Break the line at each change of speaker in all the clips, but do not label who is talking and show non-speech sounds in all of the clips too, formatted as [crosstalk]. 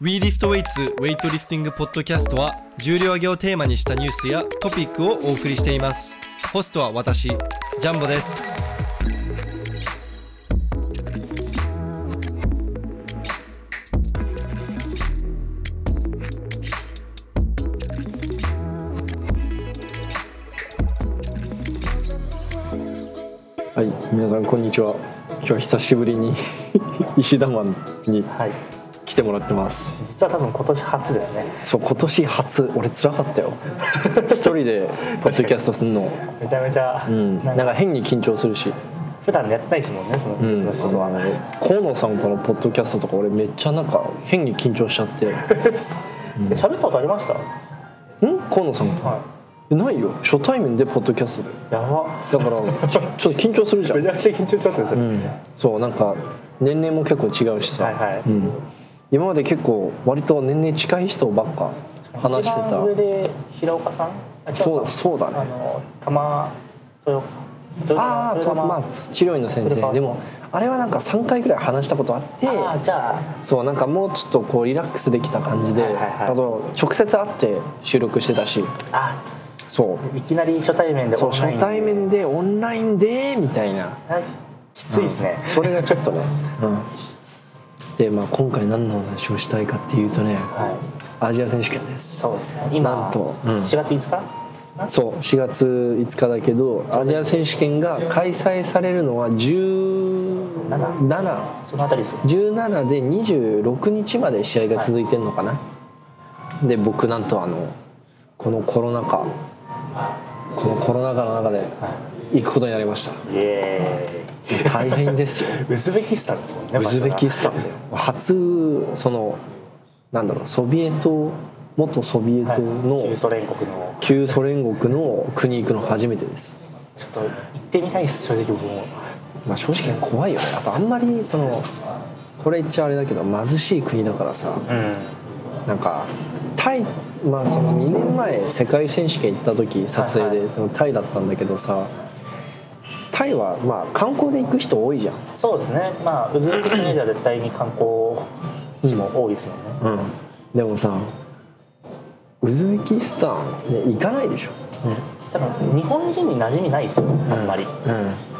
WeLiftWeights ウェイトリフティングポッドキャストは重量挙げをテーマにしたニュースやトピックをお送りしていますホストは私ジャンボです
はい、皆さんこんにちは。今日は久しぶりに [laughs] 石田マンに
はい、
来てもらってます。
実は多分今年初ですね
そう今年初、俺辛かったよ。一人
[laughs]
でポッドキャストすんの、
めちゃめちゃ、
うん、
な
なんん
か
か変に緊張するし。
普段やってないですもんねその,、
うん、あ
その
とあの河野さんとのポッドキャストとか俺めっちゃなんか変に緊張しちゃって。
[laughs]
ん
人喋ったことありました、
河野さんと。
は
えないよ。初対面でポッドキャストだよ
いやば
だからちょちょっと緊張するじゃ
め
ん
[laughs] ち。ゃくちゃ緊張しますねそれ、
うん、そうなんか年齢も結構違うしさ。
はいはい、
うん、今まで結構割と年齢近い人ばっか話して
一番上
た
で平岡さんあ違か
そうそうだ
あ
ね
の玉豊豊
ああそう
玉
まあ治療院の先
それ
生
か
でもあれはなんか3回ぐらい話したことあって
あーじゃあ
そうなんかもうちょっとこうリラックスできた感じで、
はいはいはい
あと直接会って収録してたし
あ
そう
いきなり初対面で
そう
オンライン
初対面
で
でオンラインでみたいな
はいきついですね、
それがちょっ
[laughs]
とね、うん、で、まあ、今回何の話をしたいかっていうとね
はい
アジア選手権です
そうですね今
なんとうん
4月5日、
そう4月5日だけどアジア選手権が開催されるのは1717
そのあたりですよ
で26日まで試合が続いてんのかな、で僕なんとあのこのコロナ禍このコロナ禍の中で行くことになりました
イエーイ
大変ですよ
ウズベキスタンですもん
[laughs]
ね
ウズベキスタン
場所
で初そのなんだろうソビエト元ソビエ
がは
ト
い
の
旧ソ連国の
旧ソ連国の国行くの初めてです
ちょっと行ってみたいです正直僕も
まあ、正直怖いよねあとあんまりそのこれ言っちゃあれだけど貧しい国だからさ
うん
なんかタイまあその2年前世界選手権行った時撮影で、
はい
タイだったんだけどさタイはまあ観光で行く人多いじゃん、
そうですねまあウズベキスタンでは絶対に観光地も多いですもんね、
でもさウズベキスタン、ね、行かないでしょ、
多分日本人に馴染みないですよあんまり、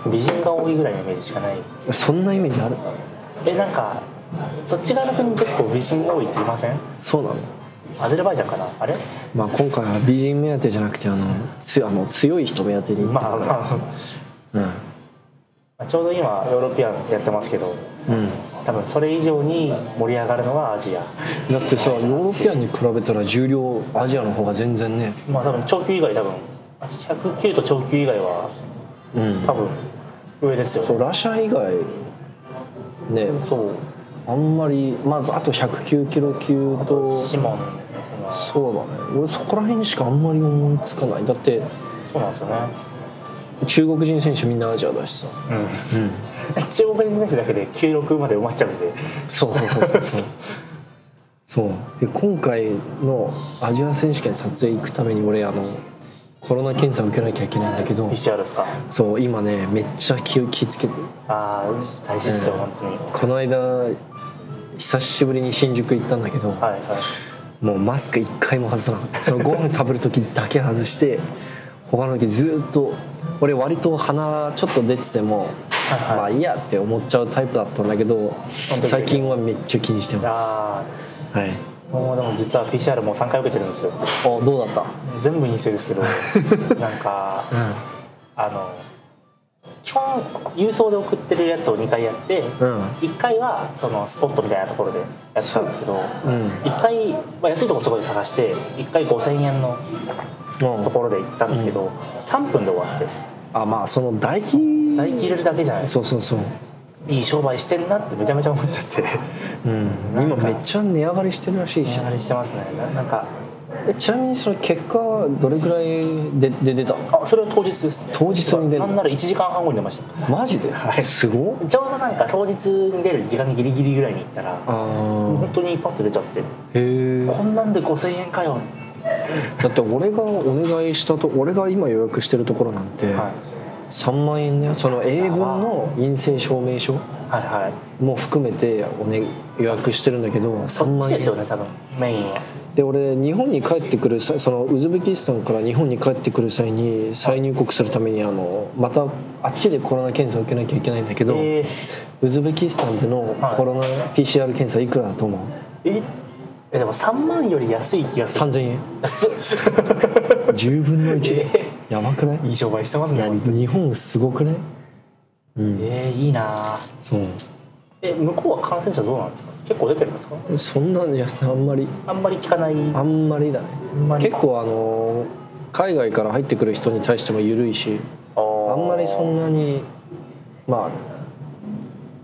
美人が多いぐらいのイメージしかない
うん、そんなイメージある
えなんかそっち側の国結構美人多いって言いません
そうなの
アゼルバイジャンかなあれ
まあ今回は美人目当てじゃなくてあのつあの強い人目当てに行って
まあ、ま
うん
あ、ちょうど今ヨーロピアンやってますけど
うん
多分それ以上に盛り上がるのはアジア
だってさヨーロピアンに比べたら重量アジアの方が全然ね
まあ多分長級以外多分109と長級以外は
うん
多分上ですよね
そうラシャ以外ね
そう
あんまりまずあと109キロ級と
シモン
そうだね俺そこら辺しかあんまり思いつかないだって
そうなんですよね
中国人選手みんなアジアだしさ、
うん中国人選手だけで96まで埋まっちゃうんで
そうそうそうそうそう [laughs] そうで今回のアジア選手権撮影行くために俺あのコロナ検査受けなきゃいけないんだけど
PCR ですか
そう今ねめっちゃ気を気をつけてる
ああ大事ですよ、本当に
この間久しぶりに新宿行ったんだけど、
はいはい
もうマスク一回も外さなかったそのご飯食べる時だけ外して他の時ずーっと俺割と鼻ちょっと出てても、
はいはい
まあいいやって思っちゃうタイプだったんだけど
本当に
最近はめっちゃ気にしてま
あ
すはい
あもうでも実は PCR もう3回受けてるんですよ
おどうだっ
全部陰性 [laughs] ですけどなんか、
た
あの基本郵送で送ってるやつを2回やって、
うん
1回はそのスポットみたいなところでやってたんですけど、
うん
1回、まあ、安いところそこで探して1回5000円の
うん
ところで行ったんですけど、3分で終わって
あまあその唾液
唾液入れるだけじゃないです
そうそうそう
いい商売してんなってめちゃめちゃ思っちゃって
うん
なん
今
か
めっちゃ値上がりしてるらしい
値
し
上がりしてますねななんか
えちなみにその結果はどれぐらいでで出たの
あそれは当日です
当日に出る
なんなら1時間半後に出ました
マジで、すごっ
ちょうどなんか当日に出る時間にギリギリぐらいに行ったら
あ
本当にパッと出ちゃって
へえ
こんなんで5000円かよ
だって俺がお願いしたと俺が今予約してるところなんて
はい
3万円だよその英文の陰性証明書
はいはい
も含めてお、ね、予約してるんだけど3
そっ
万
ち
円
ですよね多分メインは
で俺日本に帰ってくる際そのウズベキスタンから日本に帰ってくる際に再入国するためにあのまたあっちでコロナ検査を受けなきゃいけないんだけど、
えー、
ウズベキスタンでの
はい
コロナ PCR 検査いくらだと思う、
ええでも3万より安い気がする
3000円
[laughs] 安っ
10分の1、
[laughs] え
やばくない
ーいい商売してま
い
すね
や
本当に
日本すごくねうん、
えー、いいなあ
そう
え向こうは感染者どうなんですか結構出てるんですか
そんなんいやあんまり
あんまり聞かない
あんまりだね
あんまり
結構あの海外から入ってくる人に対しても緩いしあ
あ
んまりそん
な
なにまあ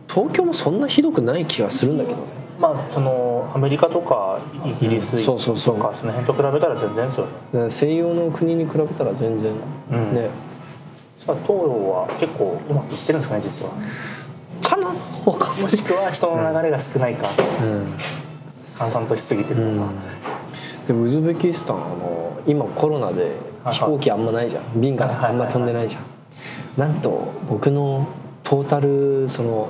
東京もそんなひどくない気がするんだけどね
まあそのアメリカとかイギリスと
う
か、
んそうそうそう
その辺と比べたら全然ですよね
だから西洋の国に比べたら全然ね、
うんさあ東洋は結構うまくいってるんですかね実は
かなわかん
も
ない
しくは人の流れが少ないか
うん
閑散としすぎてるとか、
でもウズベキスタンあの今コロナで
はい
飛行機あんまないじゃん便があんま飛んでないじゃんなんと僕のトータルその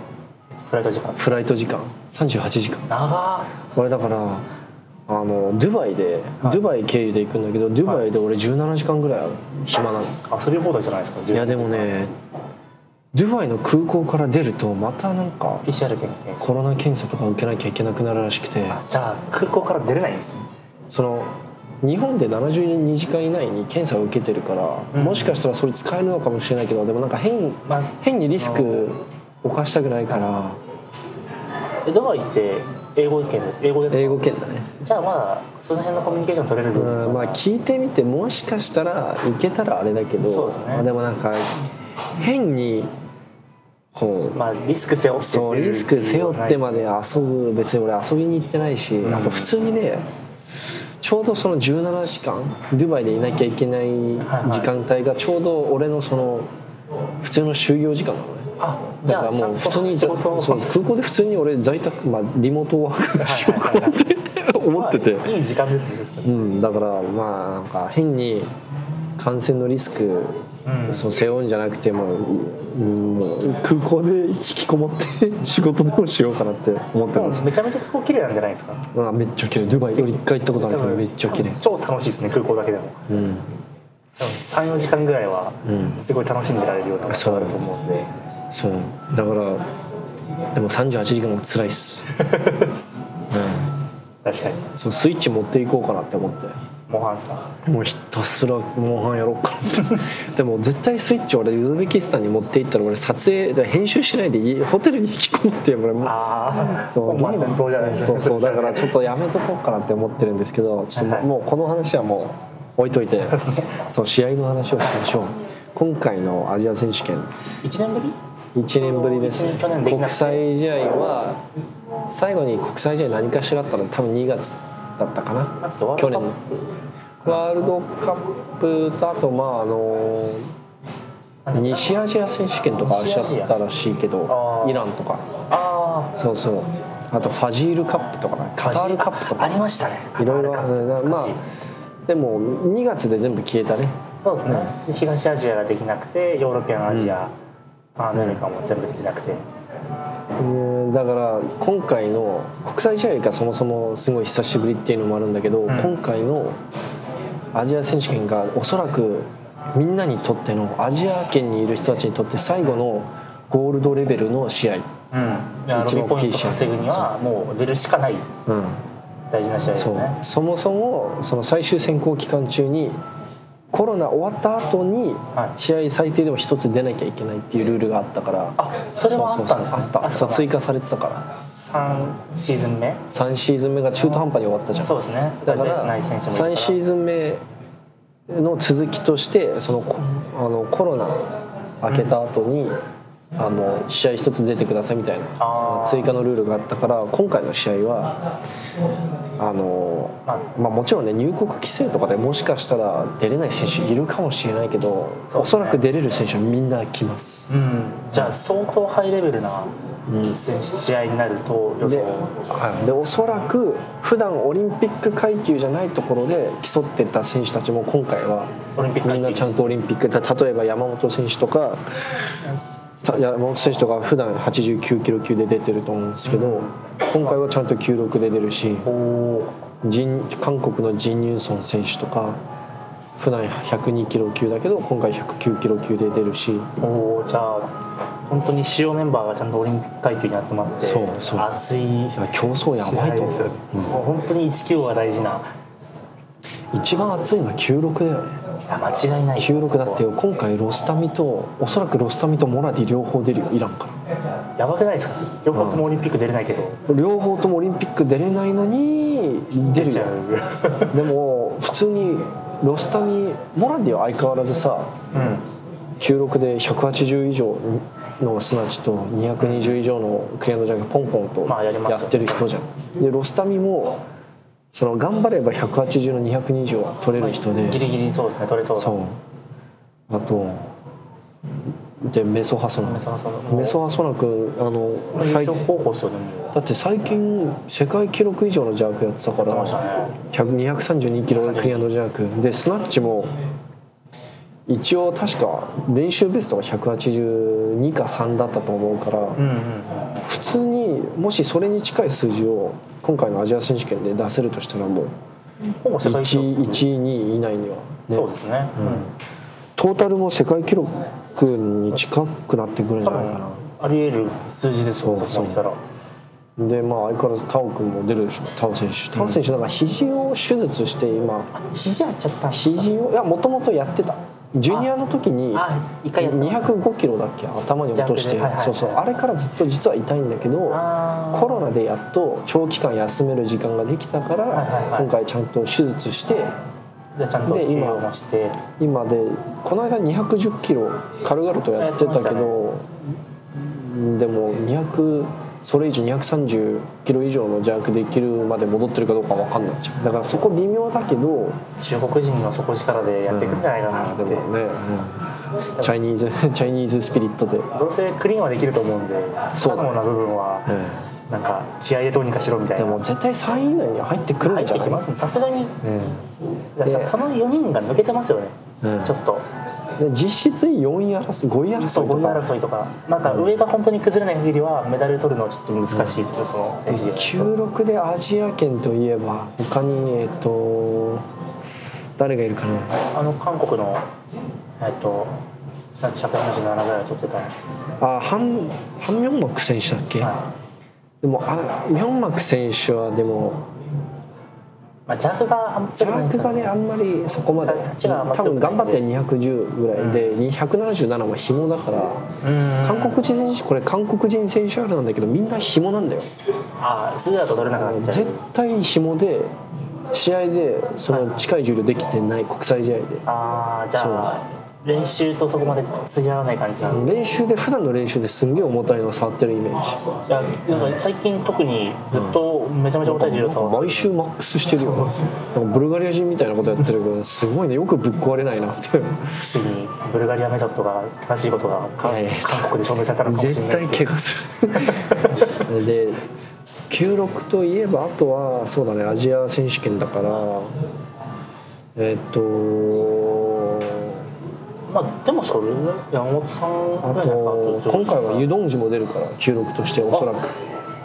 フライト時間
フライト時間38時間
長
俺だからあのドゥバイで、
はい
ドゥバイ経由で行くんだけどドゥバイで俺17時間ぐらいある暇なの、
っ遊び放題じゃないですか
い、やでもねドゥバイの空港から出るとまたなんか
PCR 検
コロナ検査とか受けなきゃいけなくなるらしくて
あじゃあ空港から出れないんですね
その日本で72時間以内に検査を受けてるから、
うん
もしかしたらそれ使えるのかもしれないけどでもなんか変
まあ
変にリス
あ
ク
の
犯したくないから
えドバイって英語圏です英語ですか
英語圏だね
じゃあまだその辺のコミュニケーション取れる部分
うんまあ聞いてみてもしかしたらいけたらあれだけど
そうですね
まあでもなんか変にこう、
まあリスク背負ってって
そうリスク背負ってまで
や
遊ぶ別に俺遊びに行ってないし、
ん
あと普通にねちょうどその17時間ドゥバイでいなきゃいけない
はい
時間帯がちょうど俺のその普通の就業時間なのね
あじ
だ
ゃ
か
あ
らもう普通に
ちゃんと仕事を
そう空港で普通に俺在宅、まあ、リモートワークしようかなって [laughs] 思ってて
まあいい時間ですねそしたら
うん、だからまあなんか変に感染のリスク、
うん
そう背負うんじゃなくてもう、うん、もう空港で引きこもって仕事でもしようかなって思って
で
ます
も、めちゃめちゃ空港綺麗なんじゃないですか
うわめっちゃ綺麗ドバイ俺一回行ったことあるけどめっちゃ綺麗
超楽しいですね空港だけでも
うん、
34時間ぐらいは
うん
すごい楽しんでられるような場所
そう
だと思うんで
そうだからでも38時間も辛いっす、 [laughs] う
確かに
ん、そうスイッチ持っていこうかなって思って
モンハンですか
もうひたすらモンハンやろうかなでも絶対スイッチ俺ウズベキスタンに持っていったら俺撮影編集しないで家ホテルに引きこもって俺もう
ああ [laughs]
そう
まあ戦闘じゃないです
そうそうだからちょっ
と
とやめとこうかなって思ってるんですけどちょっと
はいはい
もうこの話はもう置いといて
ですね
そう試合の話をしましょう今回のアジア選手権
1年ぶり
1年ぶりです
一年去年できな
国
くて
際試合は最後に国際試合何かしらあったの多分2月だったかな
あちょっとワー
去
ル
年
ド
の
カ
ワールドカップとあとまああの
ップ
西アジア選手権とかあしちゃったらしいけど
あー
イランとか
あ
そうそうあとファジールカップとかね
あ
カタールカップと
あ
か
ありましたね
いろいろ
カ
あ
ター
る
ルカップ
ま
懐かしい
あでも2月で全部消えたね
そうですね、東アジアができなくてヨーロピアンアジア、アメリカも全部できなくて、
うんだから今回の国際試合がそもそもすごい久しぶりっていうのもあるんだけど、
ん
今回のアジア選手権がおそらくみんなにとってのアジア圏にいる人たちにとって最後のゴールドレベルの試合、
うん、
番
ロビーポイン
大きい
ト
試合
稼ぐにはもう出るしかない
うん
大事な試合です
そう
ね
そもそもその最終選考期間中にコロナ終わった後に
はい
試合最低でも一つ出なきゃいけないっていうルールがあったから、
あそれはあったんですね
そうそうそうあったそう追
加
加されてたから
3シーズン目
3シーズン目が中途半端に終わったじゃん
そうですね
だか
出な
ら
い選手もいるから
3シーズン目の続きとしてそのコあのコロナ明けた後に、あの試合一つ出てくださいみたいな
あー
追加のルールがあったから今回の試合はあの、ま
ま
あ、もちろんね入国規制とかでもしかしたら出れない選手いるかもしれないけど、
そうです
おそ
ね
らく出れる選手はみんな来ます。
うん、じゃあ相当ハイレベルな
うん
選手試合になると予
で,、
想
はい、でおそらく普段オリンピック階級じゃないところで競ってた選手たちも今回は
オリンピック
みんなちゃんとオリンピックだ例えば山本選手とかた山本選手とか普段89キロ級で出てると思うんですけど、今回はちゃんと96で出るし
お
ジン韓国のジン・ニューソン選手とか普段102キロ級だけど今回109キロ級で出るし
ーおーじゃあ本当に主要メンバーがちゃんとオリンピック階級に集まって
そうそう
熱い
いや競争やばいと
試合です
思
よ
う
ねもう本当に1キロが大事な
一番熱いのは96だよね
いや間違いない
96だってよ今回ロスタミとおそらくロスタミとモラディ両方出るよイランか
やばくないですか両方ともオリンピック出れないけど、
ら両方ともオリンピック出れないのに出
出
る
ち
よ
ゃう
でも普通にロスタミモラディは相変わらずさ
うん
96で180以上のスナッチと220以上のクリアンドジャンプポンポン
まあやり
と
ますよ
やってる人じゃんでロスタミもその頑張れば180の220は取れる人で
ギリギリそうですね取れそうな
そうあとでメソハソナ
メソハソナ
メソハソナ君あの
優
最
勝
だ
候補ですよね
って最近世界記録以上のジャークやってたか
出
ら
ましたね
100 232キロのクリアのジャークでスナッチも一応確か練習ベストが182か3だったと思うから、
うんうんうん
普通にもしそれに近い数字を今回のアジア選手権で出せるとしたらもう
ほぼ世界記録
1 1 2以内には、ね
そうですね、うん
トータルも世界記録に近くなってくるんじ
多
ゃないかな
分あり得る数字ですよ
そう
そこまで来たら
でまあ相変わらずタオ君も出るでしょタオ選手タオ選手なんか肘を手術して今
肘やっちゃったんですか
肘をいやもともとやってたジュニアの時に
あ一回やってます
205キロだっけ頭に落として
ジャンプではいはい
そうそうあれからずっと実は痛いんだけど
あー
コロナでやっと長期間休める時間ができたか
いはい
ら
はい
今回ちゃんと手術して
じゃあちゃんと
で
休
今
養もして
今でこの間210キロ軽々とやってたけ
やってましたね
どでも200それ以上230キロ以上のジャークできるまで戻ってるかどうか分かんないじゃんだからそこ微妙だけど
中国人の底力でやっていくんじゃないかな
あ
っ
ー
て、
でもね、うんチャイニー [laughs] ズチャイニーズスピリットで、
どうせクリーンはできると思うんで不
そう
可
だね
能な部分はなんか気合でどうにかしろみたい
で
な
も絶対3位以内に入ってくる
入
ん
っ
じゃ
て
な
き
い
ますねさすがにいや
で
そその4人が抜けてますよね、
うん
ちょっと
うんで実質4位争い5位
そう5位
争いと
争いとかなんか上が本当に崩れない限りはメダル取るのはちょっと難しいですけどその選手で
か96でアジア圏といえば他にえっと誰がいるかな
あの韓国のえっとスナッチ147ぐらい取ってた
あハンハン・ミョンマク選手だっけ、
は
でもあミョンマク選手はでも
いまあ、ジャグがあんま
ジ
強く
ャーク
ないですよ
がねあんまりそこまで
立ちがあんま
多
強く
分
ない
頑
んで
張って210ぐらいで、277も紐だから、
うん
韓国人選手これ韓国人選手あるなんだけどみんな紐なんだよ
ああスーだと取れなくなっちゃ
絶
う
対紐で試合でその近い重量できてない国際試合で
ああじゃあ練習とそこまで釣り合わない感じなんですね
練習で普段の練習ですんげえ重たいの触ってるイメージ
いやなんか最近特にずっとめちゃめちゃ重たい重
な
量
んか
触っ
毎週マックスしてるよねなんかブルガリア人みたいなことやってるけどすごいねよくぶっ壊れないなって
ついにブルガリアメソッドが正しいことがか
はい
韓国で証明されたのかもしれ
絶
ないで
対
すけ
怪
ど
我する [laughs] で96といえばあとはそうだねアジア選手権だからえっと
まあでもそれ山本さん
あ
ぐらいじゃないで
と
すか
今回はユ
う
ドンジュも出るから96としておそらく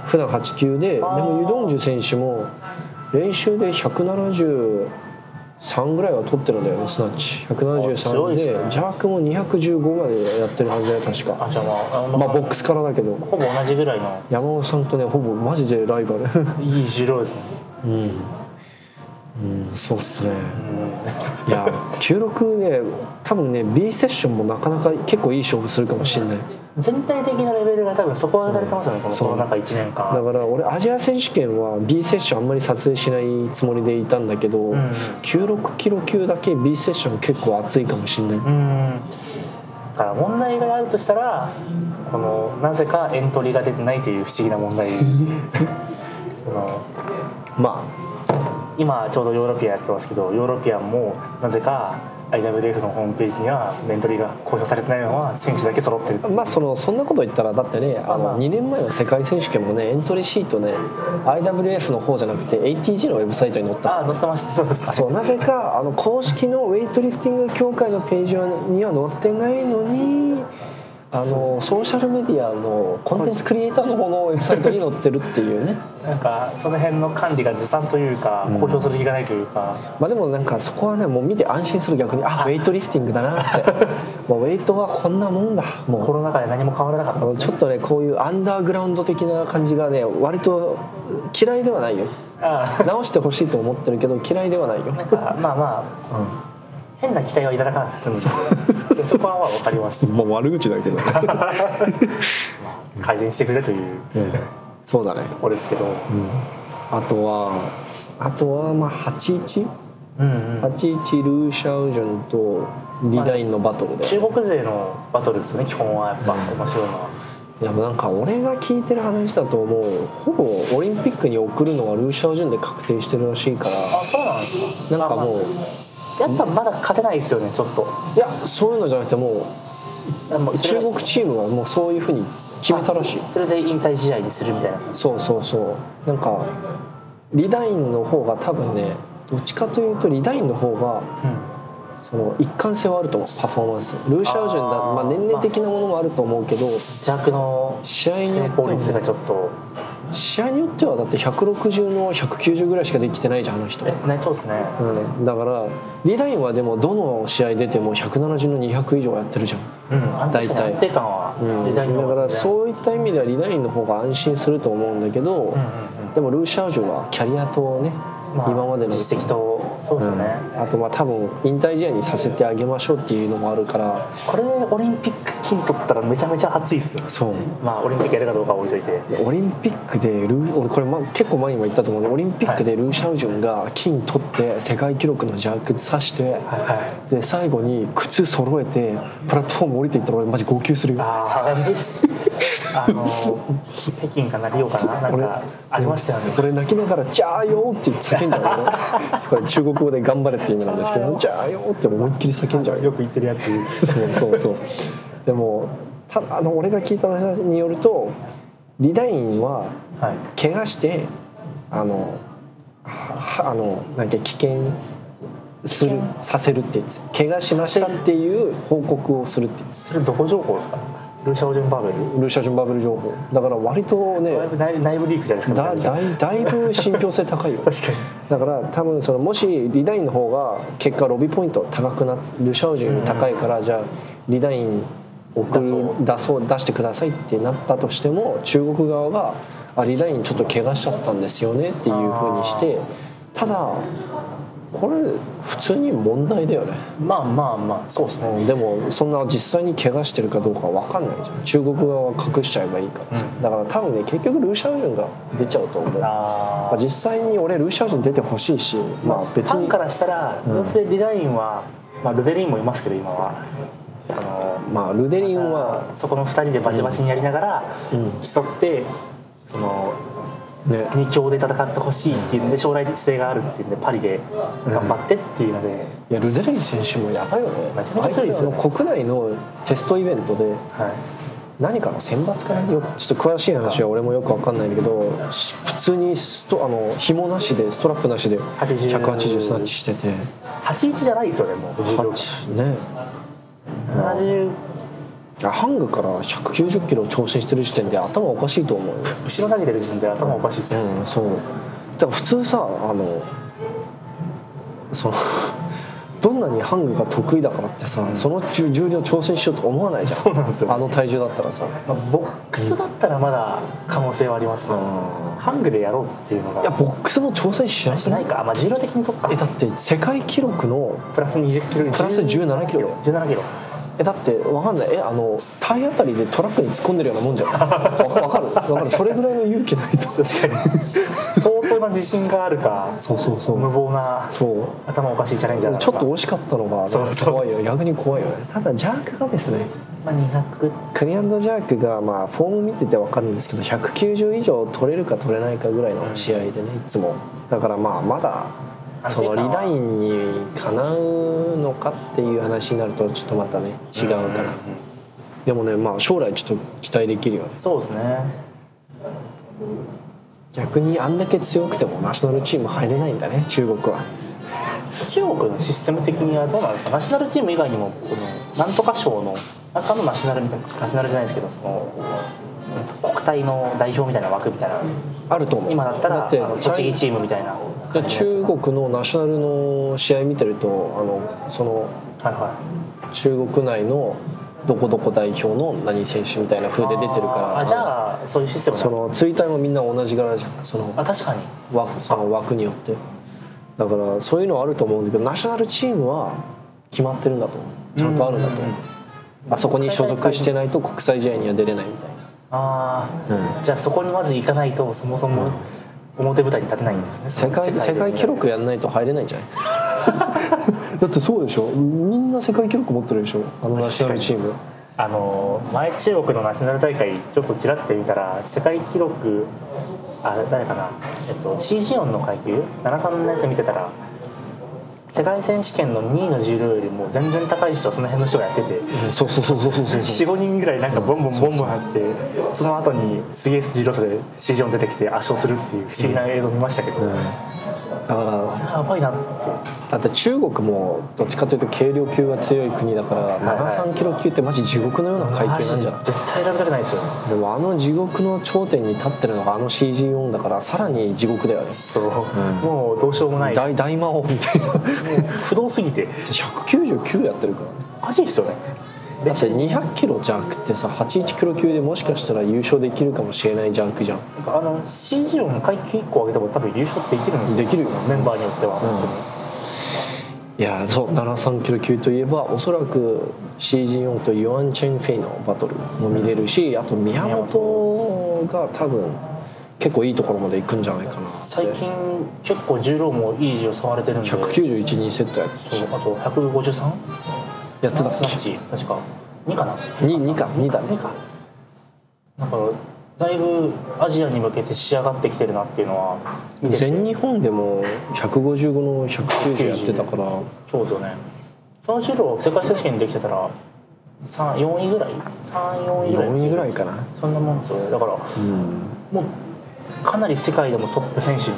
普段89でで
あー
もユドンジュ選手も練習で173ぐらいは取ってるんだよねスナッチ
あ強
173
い
で
ですね
ジャークも215までやってるはずだよ確か
あじゃあまあ山
まあボ
本
ックスからだけど
ほぼ同じぐらいの
山本さんとねほぼマジでライバル
いい重量ですね
うん、うん、そうっすね
うん
いや96ね多分ね B セッションもなかなか結構いい勝負するかもしれない
全体的なレベルが多分そこは上がれてますよね、この
そう
コロナ禍1年間
だから俺アジア選手権は B セッションあんまり撮影しないつもりでいたんだけど、
ん
96キロ級だけ B セッション結構熱いかもしれない、
うんだから問題があるとしたらこのなぜかエントリーが出てないという不思議な問題その
ま
今ちょうどヨーロピアやってますけどヨーロピアンもなぜか IWF のホームページにはエントリーが公表されてないのは選手だけ揃ってるって
あ
いう
まあそのそんなこと言ったらだってねあ
まあ
の2年前の世界選手権もねエントリーシートね IWF の方じゃなくて ATG のウェブサイトに載った
あ乗ってましたそうですね
そうなぜかあの公式のウェイトリフティング協会のページには載ってないのにあのソーシャルメディアのコンテンツクリエイターの方のウェブサイトに載ってるっていうね
なんかその辺の管理がずさんというか公表する気がないというか、
まあでもなんかそこはねもう見て安心する逆にあウェイトリフティングだなってもうウェイトはこんなもんだもう
コロナ禍で何も変わらなかった
あの
んです
ちょっとねこういうアンダーグラウンド的な感じがね割と嫌いではないよ
ああ
直してほしいと思ってるけど嫌いではないよ
なんかまあまあ、変な期待は抱かなくて済 [laughs] むのでそこはまあ分かります
もう悪口だけど、
改善してくれという
[laughs] そうだね
ところですけど、
あとはあとはまあ8181
うんうん、
ルーシャウジョンとリダインのバトルで、
中国勢のバトルですね基本はやっぱ面白いのは、
いやもうなんか俺が聞いてる話だともうほぼオリンピックに送るのはルーシャウジョンで確定してるらしいか
あそうなんですから
なんかもう
やっぱまだ勝てないですよねちょっと
いやそういうのじゃなくてもう中国チームはもうそういうふうに決めたらしい
それで引退試合にするみたいな
そうそうそうなんかリダインの方が多分ねどっちかというとリダインの方がその一貫性はあると思うパフォーマンスルーシャウジュンだ
あー
まあ、年齢的なものもあると思うけど
邪悪の
試合によ
成
って
功率が
は
ちょっと
試合によってはだって160の190ぐらいしかできてないじゃんあの人、
えねそうですね
うん、だからリダインはでもどの試合出ても170の200以上やってるじゃん
うん安
大
定
体
安定感は
うん、
デ
だ
ザ
か
インの
ら
う
そういった意味ではリダインの方が安心すると思うんだけど、
んうん
でもルー・シャウジュはキャリアとね、
うんまあ
今までの
実績とそうですよね、
あとまあ多分引退試合にさせてあげましょうっていうのもあるから
これでオリンピック金取ったらめちゃめちゃ熱いですよ
そう
まあオリンピックやるかどうかは置いといて
オリンピックでルー俺これ、ま、結構前にも言ったと思うんでオリンピックでルー・シャウジュンが金取って世界記録のジャーク刺して
はいはい
で最後に靴揃えてプラットフォーム降りていったら俺マジ号泣するよ
ああ
[laughs]
ですあの北京かなリオかななんかありましたよね
俺泣きながら「じゃあよ」って叫んじゃ
[laughs]
うよこれ中国語で「頑張れ」って意味なんですけど「じゃあよ」って思いっきり叫んじゃうよ
く言ってるやつ
そうそうそうでもたあの俺が聞いた話によるとリダインは
はい
怪我してあのはあのなんか危険する
危
させるって言って怪我しましたっていう報告をするって言って
それどこ情報ですかルーシャオジュンバーベル
ルーシャジョンバブル情報だから割とね
だいぶ内内部リークじゃないですか
だ
めちゃ
だ
めち
いだいぶ信憑性高いよ
ゃ確か
[laughs] だから多分そのもしリダインの方が結果ロビーポイント高くなルシャオジュンより高いからじゃあリダイン送る出そう出してくださいってなったとしても中国側があリダインちょっと怪我しちゃったんですよねっていうふうにしてただこれ普通に問題だよね、
にまあまあまあそうですね
うんでもそんな実際に怪我してるかどうかわかんないじゃん中国側は隠しちゃえばいいからさ、だから多分ね結局ルシャオジュンが出ちゃうと思う
あ
まあ
あ
実際に俺ルーシャージュン出てほしいし、まあ、別
ファ
に
ンからしたらどうせデザインは、まあ、ルベリンもいますけど今はあの
まあ、ルデリンは、
そこの2人でバチバチにやりながら
うん
競って、その
ね、
2強で戦ってほしいっていうんで将来性があるっていうんでパリで頑張ってっていうので、
いやルデリン選手もやばいよね
めちゃめちゃ強いですよね
あつあの国内のテストイベントで
はい、
何かの選抜かなよくちょっと詳しい話は俺もよくわかんないんだけどし普通にストあの紐なしでストラップなしで
80
180スナッチしてて
81じゃないですよねもう10
8ね
70
あハングから190キロを挑戦してる時点で頭おかしいと思うよ
後ろ投げてる時点で頭おかしいですよ、
うんそうだから普通さあのそのどんなにハングが得意だからってさ、その重重量挑戦しようと思わないじゃん
そうなんですよ
あの体重だったらさ
まあ、ボックスだったらまだ可能性はありますけど、ハングでやろうっていうの
いや
が
ボックスも挑戦しな
し
く
な
ないい
か、まあ、重量的にそっか
えだって世界記録の
プラス20キ
プ
ロ
ラス17キロ
17キロ
えだってわかんないえあの体当たりでトラックに突っ込んでるようなもんじゃんわわかるわかるそれぐらいの勇気ないと
確かに相当な自信があるか
そうそうそ
無
う
謀な
そう
頭おかしいチャレンジャーなの
ちょ
か
っと惜しかったのが
そうそう
怖いよ逆に怖いよねただジャークがですね
まあ、200
クリアンドジャークがまあフォーム見てて分かるんですけど190以上取れるか取れないかぐらいの試合でねいつもだからまあまだそのリダインにかなうのかっていう話になるとちょっとまたね違うか
ん
らでもねまあ将来ちょっと期待できるよね
そうですね
逆にあんだけ強くてもナショナルチーム入れないんだね中国は
中国のシステム的にはどうなんですかナショナルチーム以外にもそのなんとか賞の中のナショナルみたいなナショナルじゃないですけどそのなんですか国体の代表みたいな枠みたいな
あると思う
今だったら
っ
あ
て
の栃木チームみたいな
で中国のナショナルの試合見てるとあのその
はいは
中国内のどこどこ代表の何選手みたいな風で出てるから
あーじゃあそういうシステムな
そ
の
のツイッターもみんな同じ柄じゃんその
あ確かに
枠その枠によってだからそういうのはあると思うんだけどナショナルチームは決まってるんだと思うちゃんとあるんだと思う、
うんうん
あそこに所属してないと国際試合には出れないみたい
ああ、
な、
じゃあそこにまず行かないとそもそも表舞台に立てないんですねそ
世
の
界
で
世界記録やんないと入れないんじゃない [laughs] だってそうでしょみんな世界記録持ってるでしょあのナショナルチーム
あの前中国のナショナル大会ちょっとちらって見たら世界記録あ誰かな、えっと、C ジオンの階級73のやつ見てたら世界選手権の2位の重量よりも全然高い人その辺の人がやってて
そうそうそうそうそうそう
45人ぐらいなんかボンボンボンボンあってその後にすげえ重量差で C ジオン出てきて圧勝するっていう不思議な映像見ましたけど、
うんだから
やばいなって
だって中国もどっちかというと軽量級が強い国だから
はい
73キロ級ってマジ地獄のような階級なんじゃな
マジで絶対選びたくないですよね
いでもあの地獄の頂点に立ってるのがあの CG4 だからさらに地獄だよね
そう、もうどうしようもない
大大魔王みたいな
不動すぎて
199やってるからね
おかしいっすよね
だって200キロ弱ってさ81キロ級でもしかしたら優勝できるかもしれないジャンクじゃん
なんかあの CG 音階級1個上げても多分優勝できるんですよ
できるよ
メンバーによっては、
いやーそう73キロ級といえばおそらく CG4 とユアン・チェン・フェイのバトルも見れるし、あと宮本が多分結構いいところまで行くんじゃないかなって
最近結構重量もいい重量触れてるんで
192セットやつ
そうあと 153?
やってたっ
スナッチ確か2かな
二二か二だ
2かだからだいぶアジアに向けて仕上がってきてるなっていうのは
け
見てて
全日本でも155の190やってたから
そうですよねその重量世界選手権できてたら三4位ぐらい34位ぐらい
4位ぐらいかな
そんなもんですよねだから
うん
もうかなり世界でもトップ選手に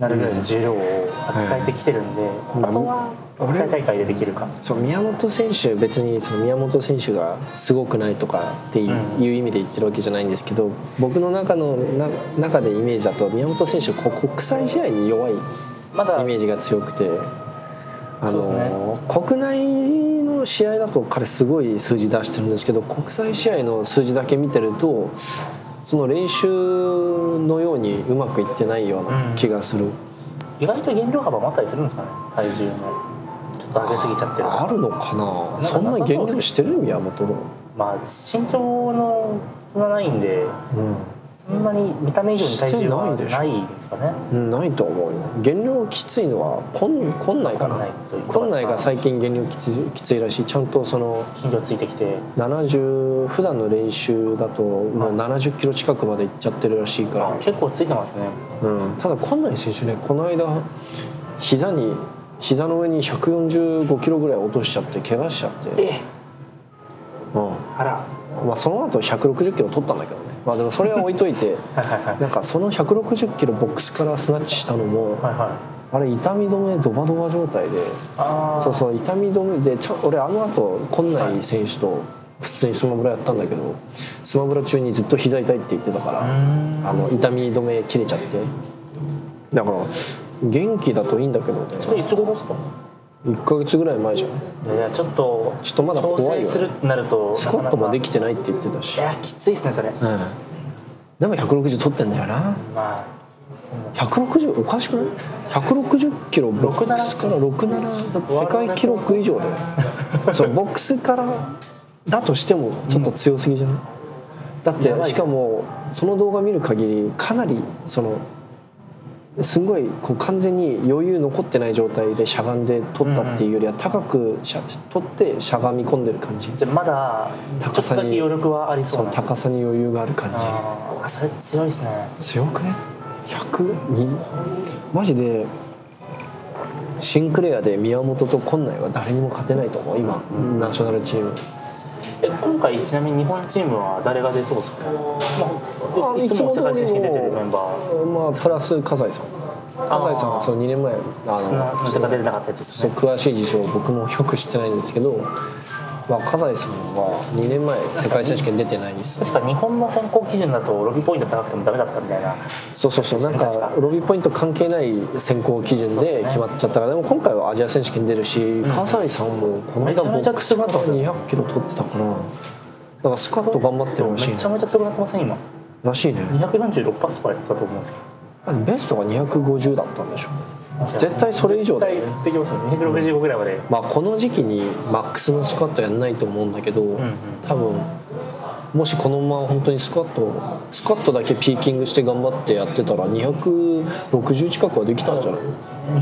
なるぐらいの重量を扱えてきてるんで、
ん
あとは国際大会でできるか、
そう宮本選手別にその宮本選手がすごくないとかっていう,、
うん
意味で言ってるわけじゃないんですけど僕の中のな中でイメージだと宮本選手こう国際試合に弱いイ
まだ
メージが強くてあ
そうです
の、国内の試合だと彼すごい数字出してるんですけど国際試合の数字だけ見てるとその練習のようにうまくいってないような気がする、
意外と減量幅もあったりするんですかね体重のちょっと上げすぎちゃってる
あるのかな
なんかなさ
そんな
そう
減量してる宮本
まあ身長のそんなないんで
うん
そんなに見た目以上に体重は
してな
ないんですかね
うんないと思うよ減量きついのはこんこんないかな
こんないというか
こんないが最近減量きついきついらしいちゃんとその
筋量ついてきて
70普段の練習だともう70キロ近くまでいっちゃってるらしい
あ
か
結構ついてますね
ら、うん、ただこんない選手ねこの間膝に膝の上に145キロぐらい落としちゃって怪我しちゃって、
え
う
あら
んまあ、その後160キロ取ったんだけどねまあでもそれは置いといて
[laughs] はいはいはい
なんかその160キロボックスからスナッチしたのも
はいはい
あれ痛み止めドバドバ状態で
ああ
そうそう痛み止めでちょ俺あの後こんない選手と普通にスマブラやったんだけどスマブラ中にずっと膝痛いって言ってたから
うーん
あの痛み止め切れちゃってだから元気だといいんだけどね
それいつ頃ですか
1ヶ月ぐらい前じゃん
いやちょっと
ちょっとまだ怖いよ
挑戦するってなると
スコットもで
き
きてないって言ってたし
いやきついですねそれ
うんでも160取ってんだよな
ま
160おかしくない160キロボックスから67だって世界記録以上だよ [laughs] そうボックスからだとしてもちょっと強すぎじゃない、だ
やば
って
いっ
し
す
かもその動画見る限りかなりそのすごいこう完全に余裕残ってない状態でしゃがんで撮ったっていうよりは高くしゃ撮ってしゃがみ込んでる感じ
あじゃあまだち
高
ょっと
さ
だけ
に
余力はありそ
そうの
な
高さに余裕がある感じ
ああそれ強いですね
強くね102マジでシンクレアで宮本と今内は誰にも勝てないと思う今、ナショナルチーム
え今回ちなみに日本チームは誰が出そうですか、まあ、いつも世界選手権出てるメンバー
まあプラス葛西さん葛西さんはその2年前あ
そんな
の
人が出てなかったやつです
ちょっ
ね
と詳しい事情を僕もよく知ってないんですけど、まあ、葛西さんは2年前世界選手権出てないです
確か日本の選考基準だとロビーポイント高くてもダメだったみたいな
そうそうそうなんかロビーポイント関係ない選考基準で決まっちゃったからでも今回はアジア選手権出るし葛西さんもこの間ボ
めちゃ
ッ
めちゃ
クス
強か
型
ったですよ
200キロ取ってたからなんかスカッと頑張ってるらしい
め
ね
ちゃめちゃすごくなってません今
らしいね
246発とかやってたと思うんですけ
ベストが250だったんでしょ
ど
絶対それ以上だよね
絶対絶対いきますよ265ぐらいまで
まあこの時期にマックスのスクワットやんないと思うんだけど、
ん
多分もしこのまま本当にスクワットスクワットだけピーキングして頑張ってやってたら260近くはできたんじゃない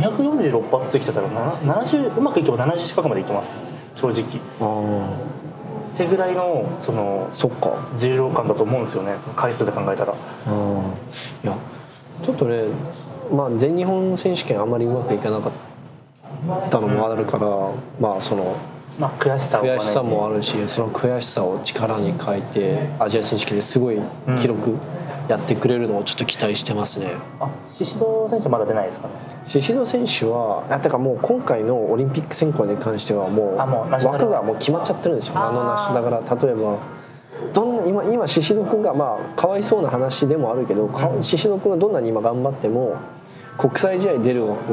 246発できてたらな70うまくいけば70近くまでいきます正直
あ
ってぐらいのその
あそっか
重量感だと思うんですよねその回数で考えたら
ああいやちょっとね、まあ、全日本選手権あまりうまくいかなかったのもあるから、まあその
まあ悔しさを
悔しさ
招いて
もあるしその悔しさを力に変えてアジア選手権ですごい記録やってくれるのをちょっと期待してますね。
あ宍戸選手まだ出ないですかね
宍戸選手はあてかもう今回のオリンピック選考に関してはも
あもうナ
う
ショナル
枠がもう決まっちゃってるんですよ
あー
あのナシだから例えばどんな今今宍戸君がまあかわいそうな話でもあるけどか
うん
宍戸君がどんなに今頑張っても国際試合出る枠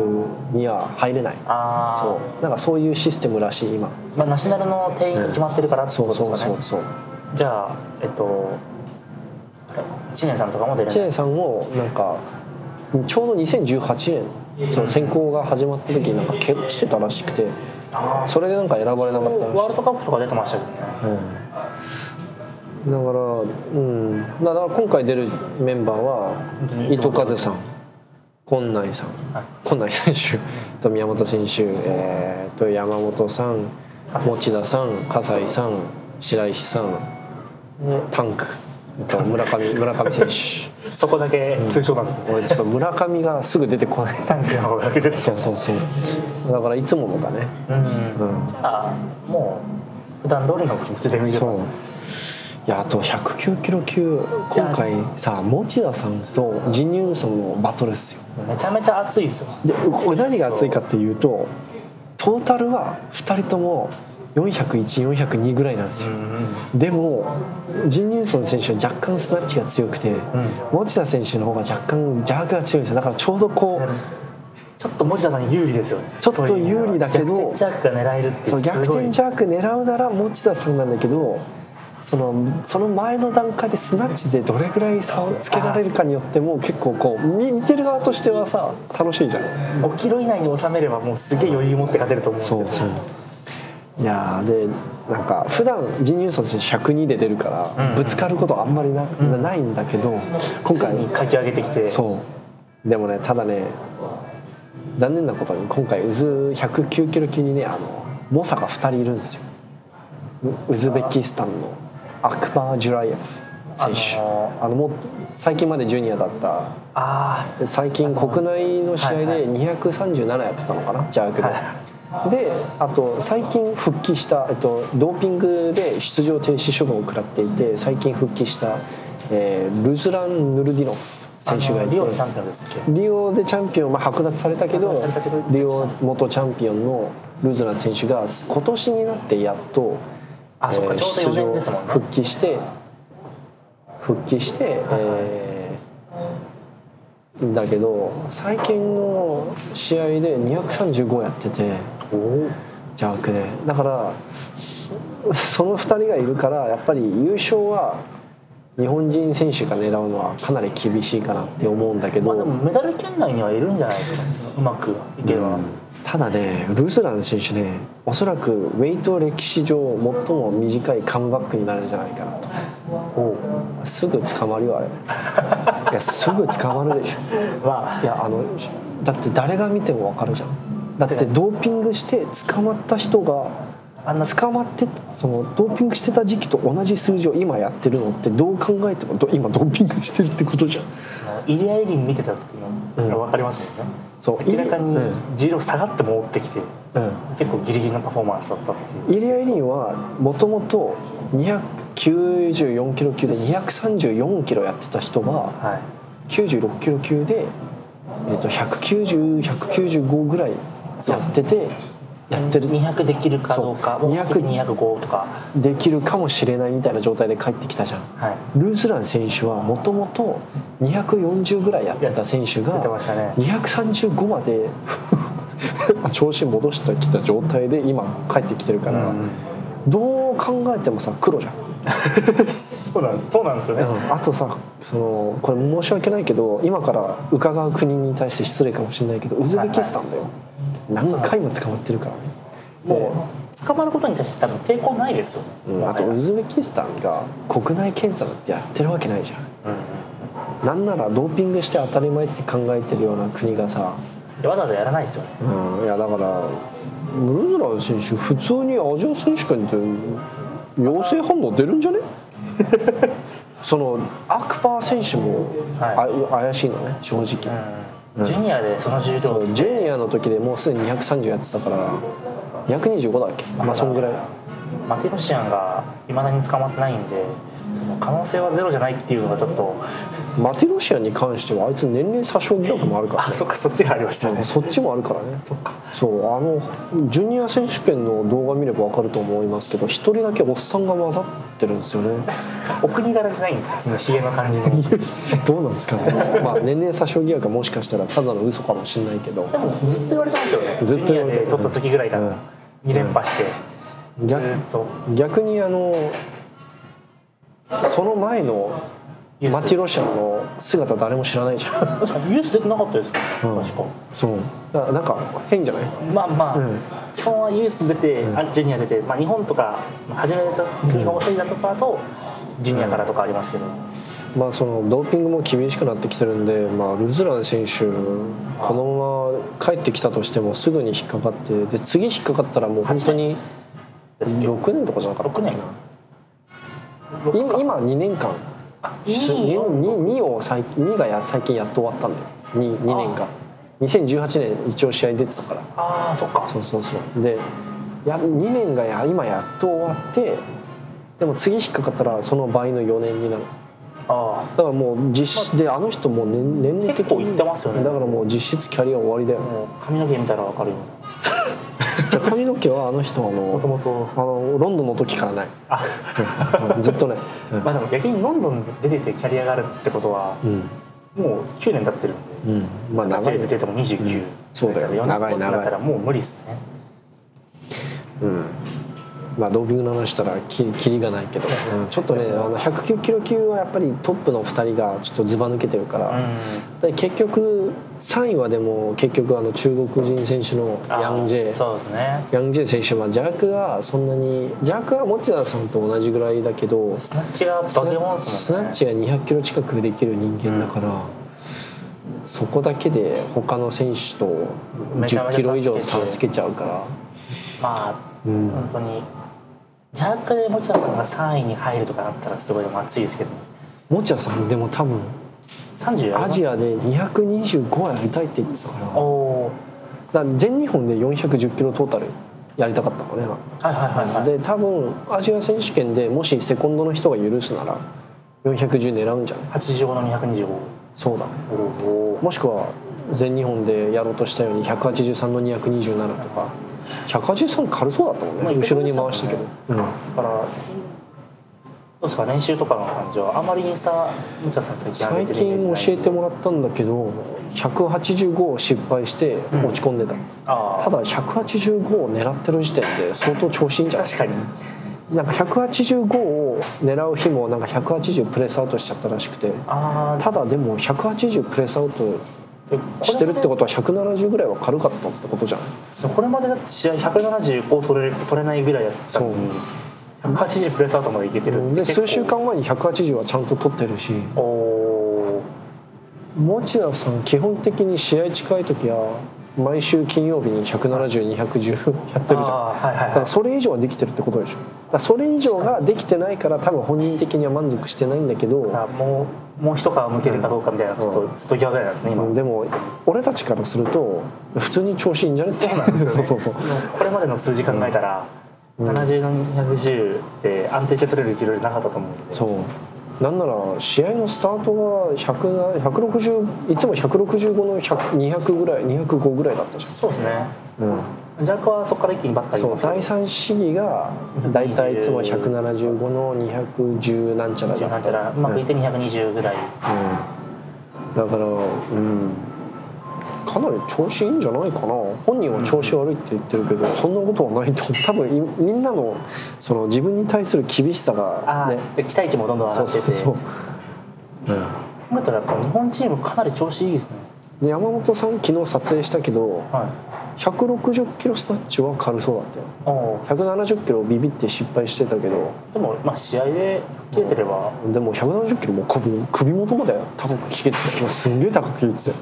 には入れない
ああ
そうなんかそういうシステムらしい今
まあ、ナショナルの定員が決まってるからって
そ
こ
う
と
そ
で
う
すか
そ
ね、
うそう
じゃあえっと知念さんとかも出るん
知
で
念さんもなんかちょうど2018年その選考が始まった時になんか怪我してたらしくてそれでなんか選ばれなかったらしい
ワールドカップとか出てましたけどね
うんだから、うん、だから今回出るメンバー
本当
は
に
糸風さん、近内さん、
はい
近内選手と宮本選手、えー、と山本さん、持田さん、葛西さん、白石さん、タンク、えっと村上村上選手。
そこだけ通称なんですね、
俺ちょっと村上がすぐ出てこない。
タンクの方だけ出てきた
そうそうそう。だからいつものだね。
うん、
うん
じゃあもう普段通りの気持ちで見れば
そういやあと109キロ級今回さ持田さんとジン・ニューソンのバトルっすよ
めちゃめちゃ熱いですよ
でこれ何が熱いかっていうとトータルは2人とも401402ぐらいなんですよ、
ん
でもジン・ニューソン選手は若干スナッチが強くて、持田選手の方が若干ジャークが強いんですよだからちょうどこう
ちょっと持田さん有利ですよね
ちょっと有利だけど
そういう意味では逆転ジャックが狙えるって
そう逆
すごい
転ジャーク狙うなら持田さんなんだけどそのその前の段階でスナッチでどれぐらい差をつけられるかによっても結構こう見見てる側としてはさ楽しいじゃん
5キロ以内に収めればもうすげえ余裕持って勝てると思うんですけど
いやーでなんか普段ジン・ユーソン選手102で出るからぶつかることあんまりな,、ないんだけど今
つい
回
にかき上げてきて
そうでもねただね残念なことに今回ウズ109キロ級にねあの猛者が2人いるんですよウウズベキスタンのアクバー・ジュライエフ選手
あ
あ
の
のもう最近までジュニアだった
ああ
で最近国内の試合
はい
で237やってたのかなジャークで、であと最近復帰した、えっと、ドーピングで出場停止処分を食らっていて最近復帰した、えールズラン・ヌルディノフ選手がい
あの
て
リオのチャンピオンですっけ
リオでチャンピオン、まあ、剥奪されたけ
剥奪
ど
されたけど
リオ元チャンピオンのルズラン選手が今年になってやっと
あそっかちょうど四年ですもんね
復帰して復帰して、えーだけど最近の試合で235やってて邪悪でだからその2人がいるからやっぱり優勝は日本人選手が狙うのはかなり厳しいかなって思うんだけど、
まあでもメダル圏内にはいるんじゃないですかねうまくいけば、
ただねルースラン選手ねおそらくウェイト歴史上最も短いカムバックになるんじゃないかなとすぐ捕まるよあ
[laughs]
れいやすぐ捕まるでしょ
まあ
いやあのだって誰が見ても分かるじゃんだってドーピングして捕まった人が
あんな
捕まってそのドーピングしてた時期と同じ数字を今やってるのってどう考えてもど今ドーピングしてるってことじゃん
イリア・エリン見てた時の
うん
分かりますもんね、
そう
明らかに
うん
重量下がって戻ってきて
うん
結構ギリギリのパフォーマンスだったっていう
イリア・エリンはもともと294キロ級で234キロやってた人が
はい
96キロ級でえっと190195ぐらいやっててやってる
200できるかどうか
そう
もう205とか
できるかもしれないみたいな状態で帰ってきたじゃん
はい
ルースラン選手はもともと240ぐらいやってた選手
出て
が
ましたね
235まで [laughs] 調子戻してきた状態で今帰ってきてるから、どう考えてもさ黒じゃん、
そうなんですそうなんですよね、
あとさそのこれ申し訳ないけど今から伺う国に対して失礼かもしれないけどウズベキスタンだよ、何回も捕まってるからね
もう捕まることに対して多分抵抗ないですよね、
うんあと
う
ウ
ん
ズベキスタンが国内検査だってやってるわけないじゃんなんならドーピングして当たり前って考えてるような国がさ、
でわざわざやらないですよね
うん、いやだからムルズラン選手普通にアジア選手権って陽性反応出るん
[laughs]
じゃねそのアクパー選手も、
は
あ怪しいのね正直、
うん、ジュニアでその重量
そうジュニアの時でもうすでに230やってたから225だっけまあそんぐらい
マティロシアンがいまだに捕まってないんでその可能性はゼロじゃないっていうのがちょっと
マティロシアに関してはあいつ年齢詐称疑惑もあるから
あ
ね
そっかそっちがありましたね
そっちもあるからね
そっか
そうあのジュニア選手権の動画見れば分かると思いますけど一人だけおっさんが混ざってるんですよね
お国柄じゃないんですかそのヒゲの感 [laughs] じの
どうなんですかねまあ年齢詐称疑惑はもしかしたらただの嘘かもしれないけど
でもずっと言われてますよね
ずっと
ジ
言
ュ
われて
ニアで
る
取った時ぐらいか
うん
ら2連覇して、ず
逆
ーっと
逆にあのその前の
ユース
マティロシアの姿誰も知らないじゃん
確かにユース出てなかったですか、
うん
確か
そうななんか変じゃない
まあまあ、
うん
基本はユース出て、あジュニア出て、まあ、日本とかまあ始めた国が遅いだとかだとジュニアからとかありますけど、
まあそのドーピングも厳しくなってきてるんで、まあ、ルズラン選手このまま帰ってきたとしてもすぐに引っかかってで次引っかかったらもう本当に
ですけど
6年とかじゃなかったっけな
六
今今2年間
二位
2, を最2がや最近やっと終わったんだよ 2, 2年間2018年一応試合出てたから
ああそっか
そうそうそうでや2年がや今やっと終わってでも次引っかかったらその倍の4年になる
あ
だからもう実質であの人もう年年齢的
結構いってますよね
だからもう実質キャリア終わりだよ
あ
ね
もう髪の毛見たらわかるよ
じゃあ髪の毛はあの人はあ
もと
の
もと
あのロンドンの時から [laughs] ない
あ
うんずっとね
まあでも逆にロンドン出ててキャリアがあるってことは
うん
もう9年経ってるんで
うんまあ
ガチ
長
で
い
出てても29、
そうだよ
4年後
長い
になったら
長い
もう無理っすね
うんまあドーピングの話したらききりがないけど、うんちょっとねあの109キロ級はやっぱりトップの2人がちょっとずば抜けてるか
う
ら、
ん
で結局3位はでも結局あの中国人選手の
あー
ヤン・ジェ
そうですね
ヤン・ジェ選手はジャークがそんなにジャークは持田さんと同じぐらいだけど
スナッチがバ
スナ
ケモンっすもんね
ッチが200キロ近くできる人間だから、そこだけで他の選手と
めちゃめ
10
ち
キロ以上
ゃ差つけて
差をつけちゃうから、
まあ、
うん
本当にジャークで持田さんが3位に入るとかだったらすごいでも熱いですけど
持田さんでも多分
30やり
ア
ます
ジアで225やりたいって言ってたからだ
お
か
お
ら全日本で410キロトータルやりたかったのね
はいはいはいは
で
い
多分アジア選手権でもしセコンドの人が許すなら410狙うんじゃない
85の225
そうだね
おお
もしくは全日本でやろうとしたように183の227とか183軽そうだったもんね、
まあ
後ろに回したけど、
だからどうですか練習とかの感じはあまりインスタ持田さん最近上
最
げてるイメ
近
ー
教
ジない
えてもらったんだけど185を失敗して落ち込んでた、
あ
ただ185を狙ってる時点で相当調子いいんじゃ
あ
ない
確かに
なんか185を狙う日もなんか180プレスアウトしちゃったらしくて
ああ
ただでも180プレスアウトしてるってことは170ぐらいは軽かったってことじゃない
とこれまでだって試合175取れる取れないぐらいだったのに180プレスアウトまでいけてるって
で
結構
数週間前に180はちゃんと取ってるし
おお
持田さん基本的に試合近い時は毎週金曜日に170210やってるじゃん
あーはいはい
だ
は
か
い
らそれ以上はできてるってことでしょだからそれ以上ができてないから多分本人的には満足してないんだけど
あもうもう一皮むけるかどうかみたいなちょっとずっと際ぐらいなんですね今、
でも俺たちからすると普通に調子いいんじゃねって
そうなんですよ、ね、
[laughs] そうそうそう
これまでの数字考えたら、70の210って安定して取れる一量じゃなかったと思うんで
そうなんなら試合のスタートが100な160いつも165の100 200ぐらい205ぐらいだったじ
そうですね
ゃん、うん、
ジャックはそこから一気にバッター
そう第
第
三試技が大体いつも175の210なんちゃらだ
なん
っ
ちゃ
た
ら、まあ、VT 220ぐらい
うんだからうんかなり調子いいんじゃないかな本人は調子悪いって言ってるけど、そんなことはないと [laughs] 思う多分いみんなのその自分に対する厳しさ
あ
が
あ、
ね
で期待値もどんどん上
そ
が
う
っ
そ
て
う
て
そう、うん
今やっぱ日本チームかなり調子いいですね
で山本さん昨日撮影したけど
はい
160キロスナッチは軽そうだったよ
おお
170キロビビって失敗してたけど
でもまあ試合で切れてれば
でも170キロもう首首元まで高く聞けてたよすんげえ高く聞いてたよ、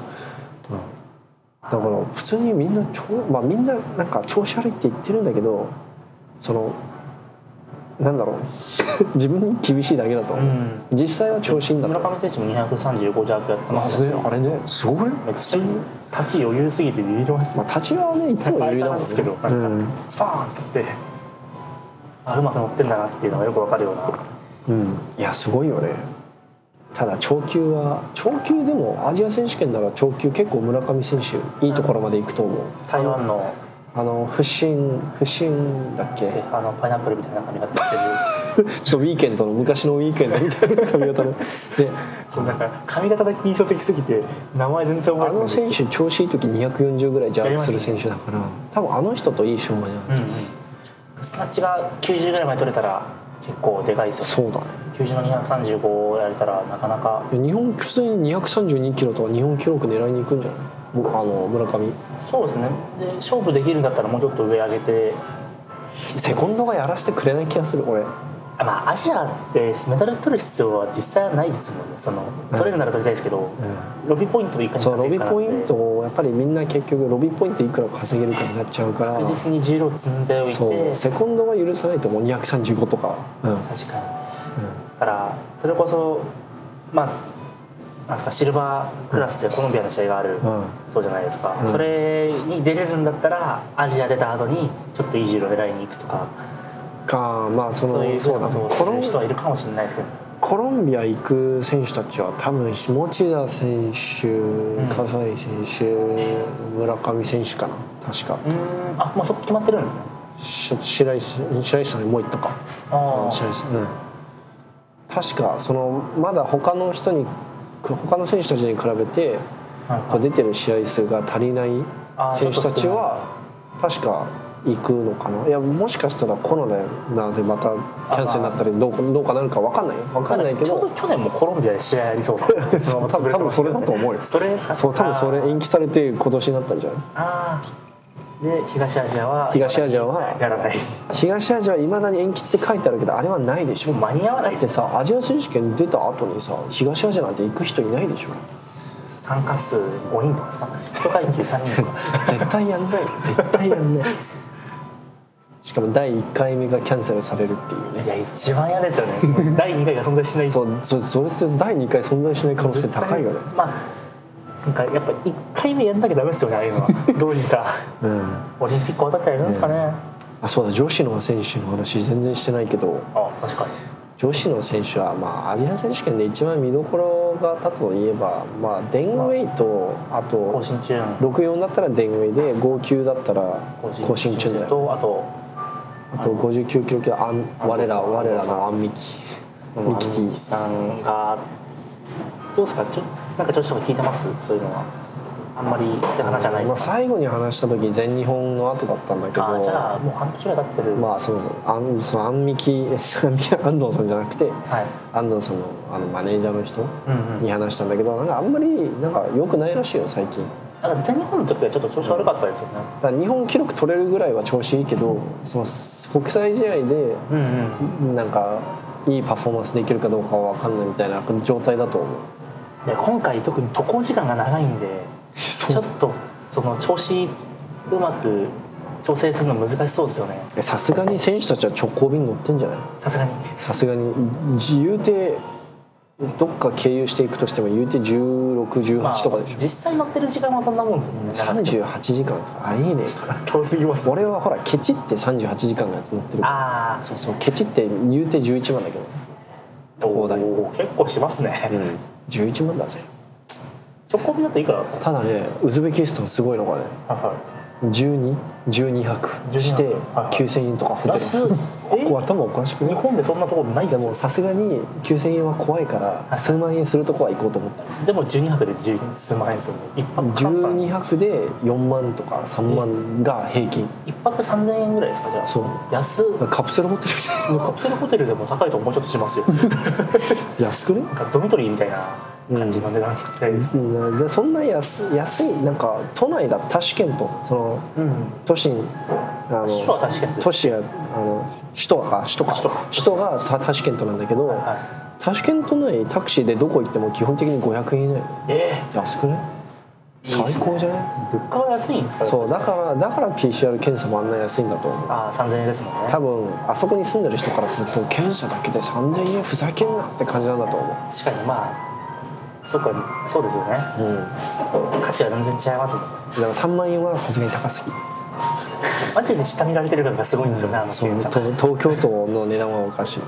だから普通にみんなちょまあみんななんか調子悪いって言ってるんだけどそのなんだろう [laughs] 自分に厳しいだけだと、
うん
実際は調子いいんだ
村
と
上選手も235弱やってま
あ
し
そ
た
れ
し
あれねすごくね、
普通に立ち余裕すぎてビビりました
まあ、立ち側はねいつも余裕だもん
相変わらず
ね
ですけど
うん
スパーンってあうまく乗ってんだなっていうのがよくわかるような
うん、いやすごいよねただ長球は長球でもアジア選手権なら長球結構村上選手いいところまで行くと思う、
台湾の
あの不審不審だっけちょ
あのパイナップルみたいな髪型してる
っとウィーケンドの昔のウィーケンドみたいな髪 [laughs] 型ので
そうなんか髪型だけ印象的すぎて名前全然
あ
覚えてないん
の
ですけど
選手調子いい時240ぐらいジャープする選手だから、多分あの人といい勝負じゃ
うん
ない、
うん、スナッチが90ぐらいまで取れたら結構でかいですよ
そうだね
90の235をやれたらなかなか
日本普通に232キロとか日本記録狙いに行くんじゃないもうあの村上
そうですねで勝負できるんだったらもうちょっと上上げて
セコンドがやらせてくれない気がする俺
あまあアジアってメダル取る必要は実際はないですもんねその取れるなら取りたいですけど、ロビーポイントでいかに
そうロ
稼
ビー
ぐかなん
ポ
で
イントをやっぱりみんな結局ロビーポイントいくら稼げるかになっちゃうから
確実に重量積んでおいて
そうセコンドが許さないともう235とか、うん
確かにだからそれこそまあなんすかシルバークラスでコロンビアの試合がある、
うん
そうじゃないですか、
うん
それに出れるんだったらアジア出た後にちょっとイージーを狙いに行くとか
かまあその
そういうふ
そうう
な
だ
こと
ね
をす
コロ
る
ン
人はいるかもしれないですけど
コロンビア行く選手たちは多分下地田選手
ん
葛西選手村上選手かな確か
うーんあもうそこ決まってるんです
し
ね
白石白石さんにもう行ったか
あ
白石さんうん確かそのまだ他の人に他の選手たちに比べて
あ、
こう出てる試合数が足りない
あー
選手たちは確か行くのかないやもしかしたらコロナでまたキャンセルになったりどうどうかなるか分かんないよ分かんないけ
ちょうど
ど
去年もコロンビアで試合ありそうだなそのまま
多分
潰れてまし
[laughs] 多分それだと
たよ
思うよ
それですか
そう多分それ延期されて今年になったんじゃない
あーで東アジアは
東アジアは
や
[laughs]
らない
東アジアはいまだに延期って書いてあるけどあれはないでしょ
もう間に合わな
だ
いで
っ
す
て
よ
さアジア選手権出た後にさ東アジアなんて行く人いないでしょ
参加数5人とかですか一階級3人とか
絶対やんない絶対やんないしかも第1回目がキャンセルされるっていうね
いや一番嫌ですよねもう第2回が存在しない
そうそそれって第2回存在しない可能性高いよね
まあなんかやっぱ1回目やんなきゃダメですよねああいうのはどうにか
うん
オリンピック終わったらやるんですかね、
あそうだ女子の選手の話全然してないけど
あ確かに
女子の選手は、まあ、アジア選手権で一番見どころがあったといえば、まあ、デンウェイとあ
更
と
新中
64だったらデンウェイで59だったら更新中だよ
とあと
あと59キロ級アン我ら
安藤さん
我らのアンミキミキテ
兄貴
ィ
さんがどうですかちょなんか調子とか聞いてますそういうのはあんまりそういう話じゃない
ま
で
あ、
すか、
最後に話した時全日本の後だったんだけ
あ、じ
ど
ゃあもう半年ぐらい経ってる、
まあそのアンそのアンミキ [laughs] 安藤さんじゃなくて
はい
安藤さんのあのマネージャーの人
うんうん
に話したんだけどなんかあんまりなんか良くないらしいよ最近
だから全日本の時はちょっと調子悪かったですよね
だから日本記録取れるぐらいは調子いいけどその国際試合で
うんうん
なんかいいパフォーマンスできるかどうかは分かんないみたいな状態だと思う
で今回特に渡航時間が長いんでちょっとその調子うまく調整するの難しそうですよね
えさすがに選手たちは直行便乗ってんじゃない
さすがに
さすがに自由てどっか経由していくとしても言うて1618とかでしょ、
実際乗ってる時間はそんなもんですもんね
38時間とかありえねえから
遠すぎます
俺はほらケチって38時間のやつ乗ってるから
ああ
そうそうケチって言うて11万だけど高台、
おー結構しますね、
うん、11万だぜ
直行便だといくらだったんです
ただねウズベキスタンすごいのがね
かはいはい
1212泊して
12泊はいはい
9000円とかホテル
安っ
ここ頭おかしく
え日
ね
本でそんなところないで
ですも
よ
さすがに9000円は怖いから数万円するとこは行こうと思った
でも12泊で10数万円ですよね一泊換算
12泊で4万とか3万が平均
一泊3000円ぐらいですかじゃあ
そう
安っ
カプセルホテルみたい
カプセルホテルでも高いともうちょっとし
[laughs]
ますよ
な安くね
なんかドミトリーみたいな感じの値段みたいです、
うんでそんな安安いなんか都内だタシケントその
うん
都市にあ
首都は確かに
都市やあの首都か首都
首都
か首都がタタシケントなんだけど、
は
タシケント内タクシーでどこ行っても基本的に500円以内
い、え
安くね
いいっすね
最高じゃない
ー、物価は安いんですか
そうだからだから PCR 検査もあんな安いんだと思う
ああ3000円ですもんね
多分あそこに住んでる人からすると検査だけで3000円ふざけんなって感じなんだと思
確かにまあそっかそうですよね
ううんだか
価値は全然違いますもんね
ら3万円はさすがに高すぎ
マジで下見られてる感がすごいんですよね、あの
そう
検査
と東京都の値段はおかしい、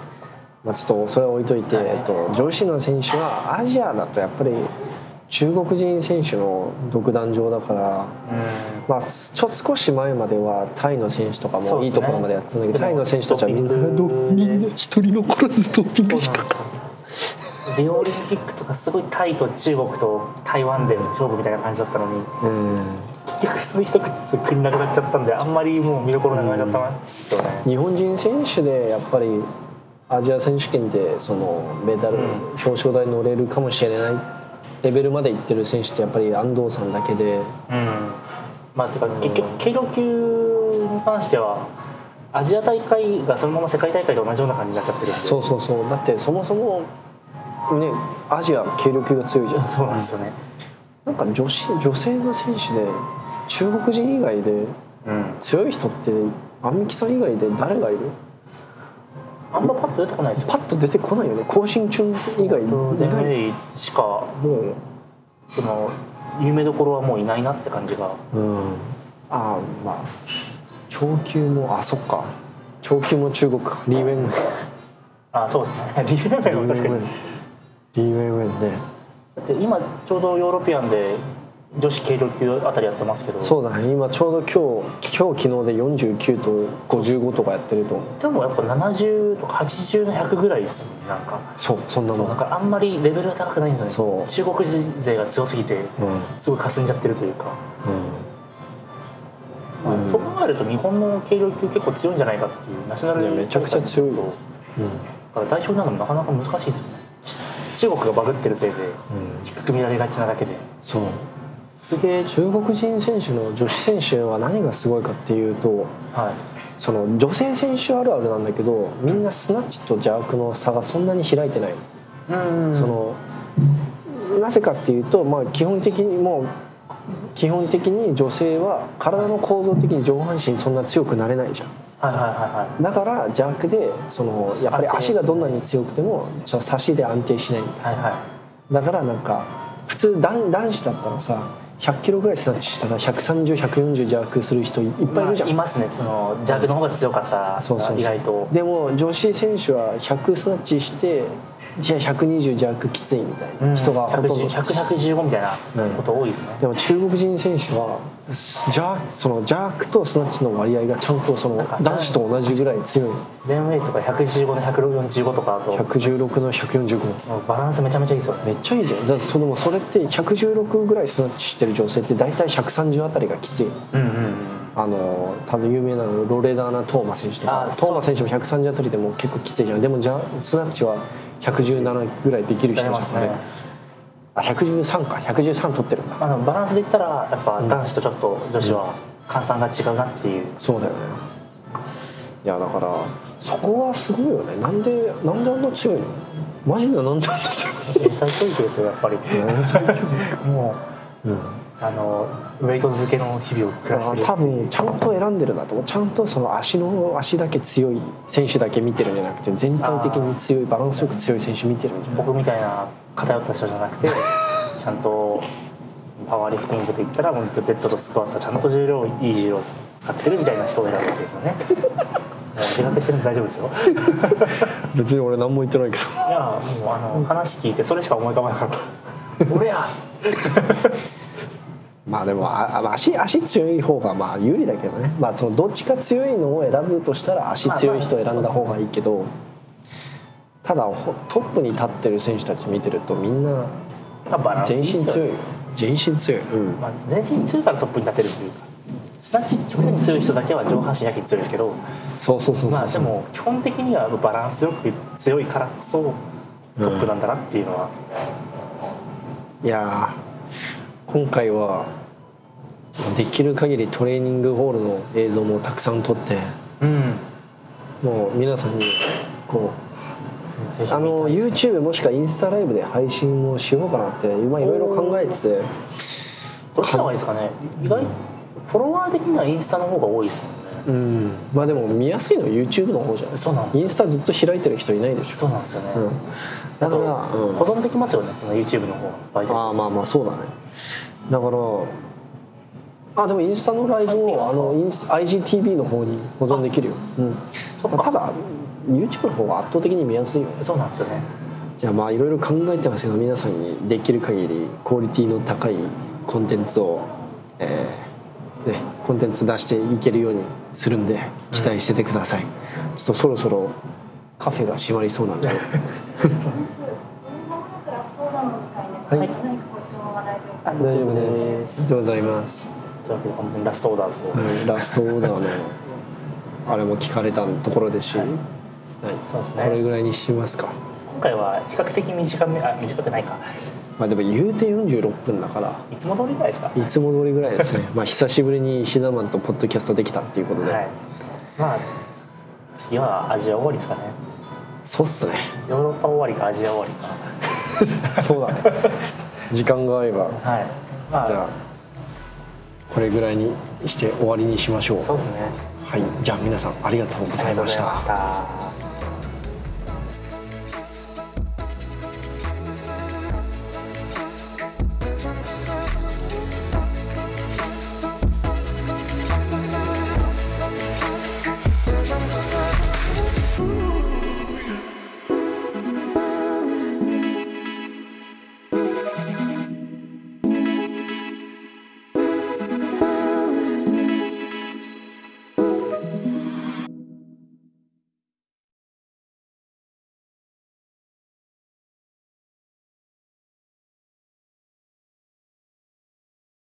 まあ、ちょっとそれは置いといて、
はい
えっと、女子の選手はアジアだとやっぱり中国人選手の独壇場だから、
う
まあ、ちょ少し前まではタイの選手とか
そう
もい
ですね
いところまでやってたんだけど、
でも
タイの選手たちはみんな
ドッピング
みんな一人残らずドッピング
ん
し
そうな
か
んですよリオオリンピックとかすごいタイと中国と台湾で勝負みたいな感じだったのに
うん
結局その一つ国なくなっちゃったんであんまりもう見どころなくなっちゃったなですよね
日本人選手でやっぱりアジア選手権でそのメダル、
うん
表彰台に乗れるかもしれないレベルまでいってる選手ってやっぱり安藤さんだけで。
うんまあてか結局軽量級に関してはアジア大会がそのまま世界大会と同じような感じになっちゃってるんで
そうそうそうだってそもそもねアジア軽量級が強いじゃん
そうなんですよね
なんか女子女性の選手で中国人以外で
うん
強い人ってアンミキさん以外で誰がいる
あんまパッと出てこないですよ
パッと出てこないよね更新中以外い
デ
ない
メイしか
もう
その有名どころはもういないなって感じが
うんああまあ長級もあそっか長級も中国かリー・ウェンウェン
あそうですね [laughs] リベルも確かに
リー・ウェンウェンね
だって今ちょうどヨーロピアンで女子軽量級あたりやってますけど
そうだね今ちょうど今日今日昨日で49と55とかやってると思う
でもやっぱ70とか80の100ぐらいですよねなんか
そうそんな
そ
も
うなん
ん
かあんまりレベルが高くないんですよね
そ
中国人勢が強すぎて
うん
すごい霞んじゃってるというか、まあ
うん
そう考えると日本の軽量級結構強いんじゃないかっていうナショナル
いやめちゃくちゃ強い
だ
よ
から代表になるのもなかなか難しいですよね中国がバグってるせいで低く見られがちなだけで
そう
すげえ
中国人選手の女子選手は何がすごいかっていうと
はい
その女性選手あるあるなんだけどみんなスナッチと邪悪の差がそんなに開いてない、
うん
そのなぜかっていうと、まあ、基本的にもう基本的に女性は体の構造的に上半身そんな強くなれないじゃん
はいはいはいはい
だから邪悪でそのやっぱり足がどんなに強くてもその差しで安定しないみたい
はいはい
なだからなんか普通男男子だったらさ100キロぐらいスナッチしたら130140邪悪する人いっぱいいるじゃん、
まあいますねそのジャグの方が強かった
そうそうそう
意外と
でも女子選手は100スナッチしてじゃあ120弱きついみたいな人がほとんど、
100115みたいなこと多いですね、
でも中国人選手はジャその邪悪とスナッチの割合がちゃんとその男子と同じぐらい強い
レンウェイとか115の145とかだと
116の145
バランスめちゃめちゃいいですよね
めっちゃいいじゃんだってそれもそれって116ぐらいスナッチしてる女性って大体130あたりがきつい
うんうんうん
あの多分有名なのロレダーナ・トーマ選手とか
あそう
トーマ選手も130あたりでも結構きついじゃんでもじゃスナッチは117ぐらいできる人じゃ
やり
ん
ます
あ
ね
れあ113か113取ってるんだ
まあでもバランスで言ったらやっぱ男子とちょっと女子は換算が違うなっていう、
そうだよねいやだからそこはすごいよねなんでなんであんな強いのマジでなんであんな強い
英才教育ですよやっぱりも
の、
うあのウェイト漬けの日々を暮らしてる
多分ちゃんと選んでるなと思うちゃんとその足の足だけ強い選手だけ見てるんじゃなくて全体的に強いバランスよく強い選手見てるんじゃない
僕みたいな偏った人じゃなくてちゃんとパワーリフティングといったらもうデッドとスクワットちゃんと重量いい重量を使ってるみたいな人を選ぶわけですよねもう自覚してるんで大丈夫ですよ
別に俺何も言ってないけど
いやもうあの話聞いてそれしか思い浮かばなかった俺や
まあでもああまあ足足強い方がまあ有利だけどね、まあ、そのどっちか強いのを選ぶとしたら足強い人を選んだ方がいいけど、ただほトップに立ってる選手たち見てるとみんな
まあバランス
全身強いよ全身強い、うん、
まあ、全身強いからトップに立てるというかすなわち極端に強い人だけは上半身やけに強いですけど
そうそうそうそう、
まあでも基本的にはバランスよく強いからこそトップなんだなっていうのは、
いやー今回はできる限りトレーニングホールの映像もたくさん撮って
うん、
もう皆さんにこうあの YouTube もしくはインスタライブで配信をしようかなって今いろいろ考えてて
どっちの方がいいですかね意外フォロワー的にはインスタの方が多いですもんね
うんまあでも見やすいのは YouTube の方じゃない
そうなんです
イ
よ
ンスタずっと開いてる人いないでし
そうなんですよね、
ょ、うん、だ
あ
か
と
ら、うん
保存できますよねその YouTube の方が媒体
ああまあまあそうだねだからあでもインスタのライブをあのインス IGTV の方に保存できるよ、うん、
そっか
ただ YouTube の方が圧倒的に見やすいよね
そうなんですよね
じゃあまあいろいろ考えてますけど皆さんにできる限りクオリティの高いコンテンツを、えーね、コンテンツ出していけるようにするんで期待しててください、ちょっとそろそろカフェが閉まりそうなんで
クラス登山の機
はい
会です。何かご注文は大丈夫です
[laughs] 大丈夫で
大
か
すでございます
というわけで本当にラストオーダー
う
と
んラストオーダーのあれも聞かれたところですし、はい
そうです
これ
ね
ぐらいにしますか
今回は比較的短めあ短くないか
まあでも言うて46分だから
いつも通りぐらいですか
いつも通りぐらいですね [laughs] まあ久しぶりに石田マンとポッドキャストできたっていうことで、
はいまあ次はアジア終わりですかね
そうっすね
ヨーロッパ終わりかアジア終わりか
そうだね時間が合えば
はいまあ
じゃあこれぐらいにして終わりにしましょう
そうですね
はいじゃあ皆さんありがとうご
あ
ざ
り
い
がと
ま
うご
し
ざい
た
ました